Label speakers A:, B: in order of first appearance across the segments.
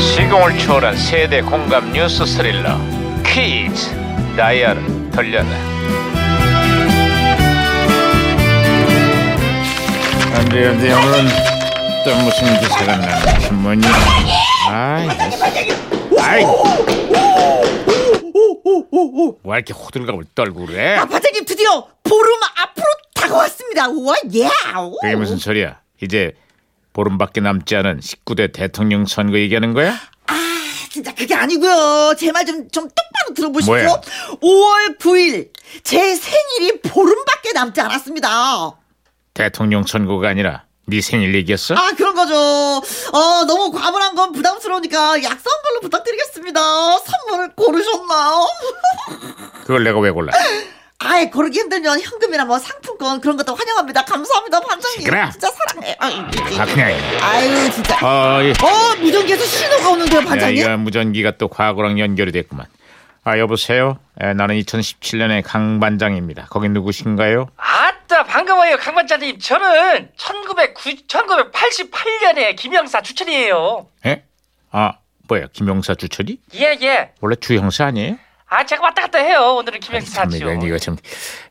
A: 시공을 초월한 세대 공감 뉴스 스릴러 퀴즈 다이얼 돌려라
B: 안돼 안돼 오늘은 또 무슨 기사가 나는 신문이야 아이 아이 왜 이렇게 호들갑을 떨고 그래
C: 아, 반장님 드디어 보름 앞으로 다가왔습니다. 우와 예. 아우.
B: 그게 무슨 소리야 이제 보름밖에 남지 않은 19대 대통령 선거 얘기하는 거야
C: 아, 진짜 그게 아니고요. 제 말 좀 좀 똑바로 들어보시죠.
B: 뭐야?
C: 5월 9일 제 생일이 보름밖에 남지 않았습니다. 아
B: 대통령 선거가 아니라 네 생일 얘기였어
C: 그런 거죠. 어 너무 과분한 건 부담스러우니까 약속 한 걸로 부탁드리겠습니다. 선물을 고르셨나요?
B: 그걸 내가 왜 골라
C: 아예 고르기 힘들면 현금이나 뭐 상품권 그런 것도 환영합니다. 감사합니다 반장님.
B: 시끄러.
C: 진짜 사랑해. 아유,
B: 박냐
C: 아유 진짜.
B: 어이
C: 어 무전기에서 신호가 오는데요
B: 예. 야,
C: 반장님.
B: 이거 무전기가 또 과거랑 연결이 됐구만. 아 여보세요. 에, 나는 2017년의 강 반장입니다. 거긴 누구신가요?
D: 아따 반가워요 강반장님 저는 1990, 1988년에 김영사 주천이에요
B: 에? 아 뭐야 김영사 주철이?
D: 예예
B: 원래 주형사 아니에요?
D: 아 제가 왔다 갔다 해요 오늘은 김영사
B: 참
D: 주요
B: 이거 이거 참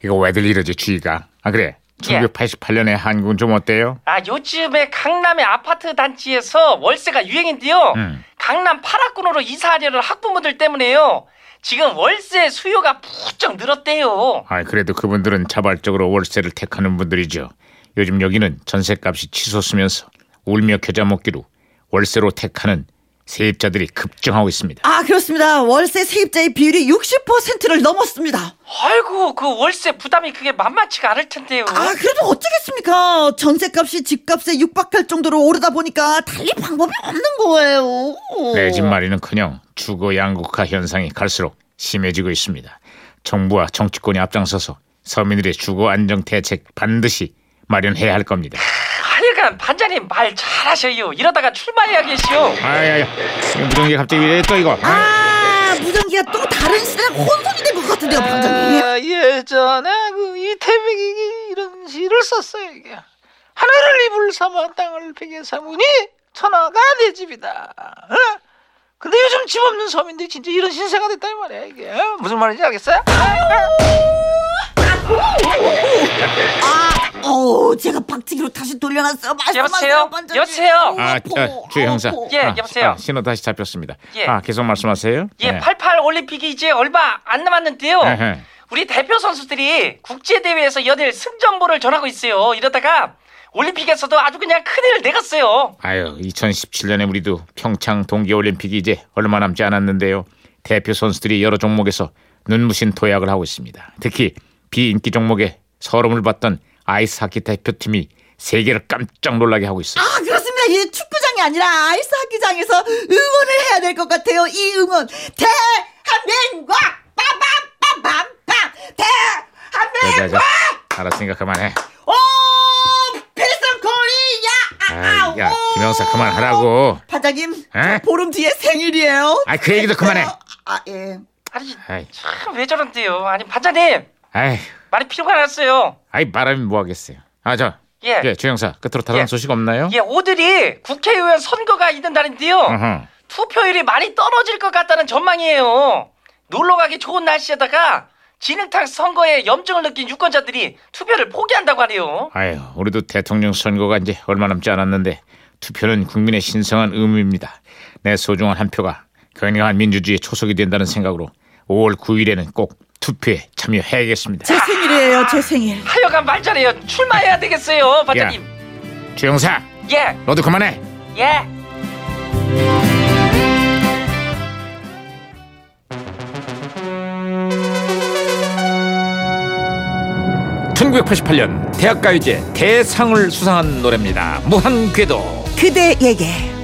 B: 이거 왜들 이러지 주의가. 아 그래. 1988년의 한국은 좀 어때요?
D: 아 요즘에 강남의 아파트 단지에서 월세가 유행인데요
B: 음.
D: 강남 8학군으로 이사하려는 학부모들 때문에요 지금 월세 수요가 부쩍 늘었대요
B: 아 그래도 그분들은 자발적으로 월세를 택하는 분들이죠. 요즘 여기는 전세값이 치솟으면서 울며 겨자 먹기로 월세로 택하는 세입자들이 급증하고 있습니다.
C: 아 그렇습니다. 월세 세입자의 비율이 60%를 넘었습니다.
D: 아이고 그 월세 부담이 그게 만만치가 않을 텐데요
C: 아 그래도 어쩌겠습니까? 전세값이 집값에 육박할 정도로 오르다 보니까 달리 방법이 없는 거예요.
B: 내 집 마련은커녕 주거 양극화 현상이 갈수록 심해지고 있습니다. 정부와 정치권이 앞장서서 서민들의 주거 안정 대책 반드시 마련해야 할 겁니다.
D: 하여간 반장님 말 잘하셔요 이러다가 출마해야 계시오
B: 아야야, 무전기 갑자기 왜 또 이거? 아,
C: 아 무전기가 또 다른 시대랑 혼선이 된 것 같은데요, 반장님.
E: 아, 예전에 그 이태백이 이런 시를 썼어요. 이게 하늘을 이불 삼아 땅을 베개 삼으니 천하가 내 집이다. 어? 근데 요즘 집 없는 서민들이 진짜 이런 신세가 됐다 이 말이야 이게 어? 무슨 말인지 알겠어요?
C: 아, 어우 제가 박치기로 다시 돌려놨어요. 말씀하세요,
D: 여보세요?
C: 반장님.
D: 여보세요?
C: 아우,
B: 아,
C: 아파.
B: 아, 주의 형사.
C: 아우, 아파.
D: 예,
B: 아,
D: 여보세요?
B: 아, 신호 다시 잡혔습니다.
D: 예.
B: 아, 계속 말씀하세요.
D: 예,
B: 네.
D: 88 올림픽이 이제 얼마 안 남았는데요.
B: 에헤.
D: 우리 대표 선수들이 국제 대회에서 연일 승정보를 전하고 있어요. 이러다가 올림픽에서도 아주 그냥 큰일 내갔어요.
B: 아유, 2017년에 우리도 평창 동계올림픽이 이제 얼마 남지 않았는데요. 대표 선수들이 여러 종목에서 눈부신 도약을 하고 있습니다. 특히 비인기 종목에 서름을 받던 아이스하키 대표팀이 세계를 깜짝 놀라게 하고 있어요.
C: 아 그렇습니다. 이 축구장이 아니라 아이스 하키장에서 응원을 해야 될 것 같아요. 이 응원 대한민국 빰빰빰빰빰
B: 자, 자, 자.
C: 대한민국
B: 알았으니까 그만해.
C: 오 필승 코리아.
B: 아, 야,
C: 오!
B: 김영사 그만하라고.
C: 반장님 저
B: 에?
C: 보름 뒤에 생일이에요.
B: 아이, 그 얘기도 그만해.
C: 아 예.
D: 아니,
B: 아이,
D: 참 왜 저런데요. 아니, 반장님,
B: 아이,
D: 말이 필요가 않았어요.
B: 아이 말하면 뭐 하겠어요. 아, 저,
D: 예.
B: 예, 주영사 끝으로 다른
D: 예.
B: 소식 없나요?
D: 예, 오늘이 국회의원 선거가 있는 날인데요.
B: 어허.
D: 투표율이 많이 떨어질 것 같다는 전망이에요. 놀러 가기 좋은 날씨에다가 진흙탕 선거에 염증을 느낀 유권자들이 투표를 포기한다고 하네요.
B: 아유, 우리도 대통령 선거가 이제 얼마 남지 않았는데 투표는 국민의 신성한 의무입니다. 내 소중한 한 표가 건강한 민주주의의 초석이 된다는 생각으로 5월 9일에는 꼭 투표에 참여해야겠습니다.
C: 제 생일이에요. 제 생일.
D: 하여간 말 잘해요. 출마해야 되겠어요, 반장님.
B: 주영사,
D: 예,
B: 너도 그만해.
D: 예.
C: 그대에게.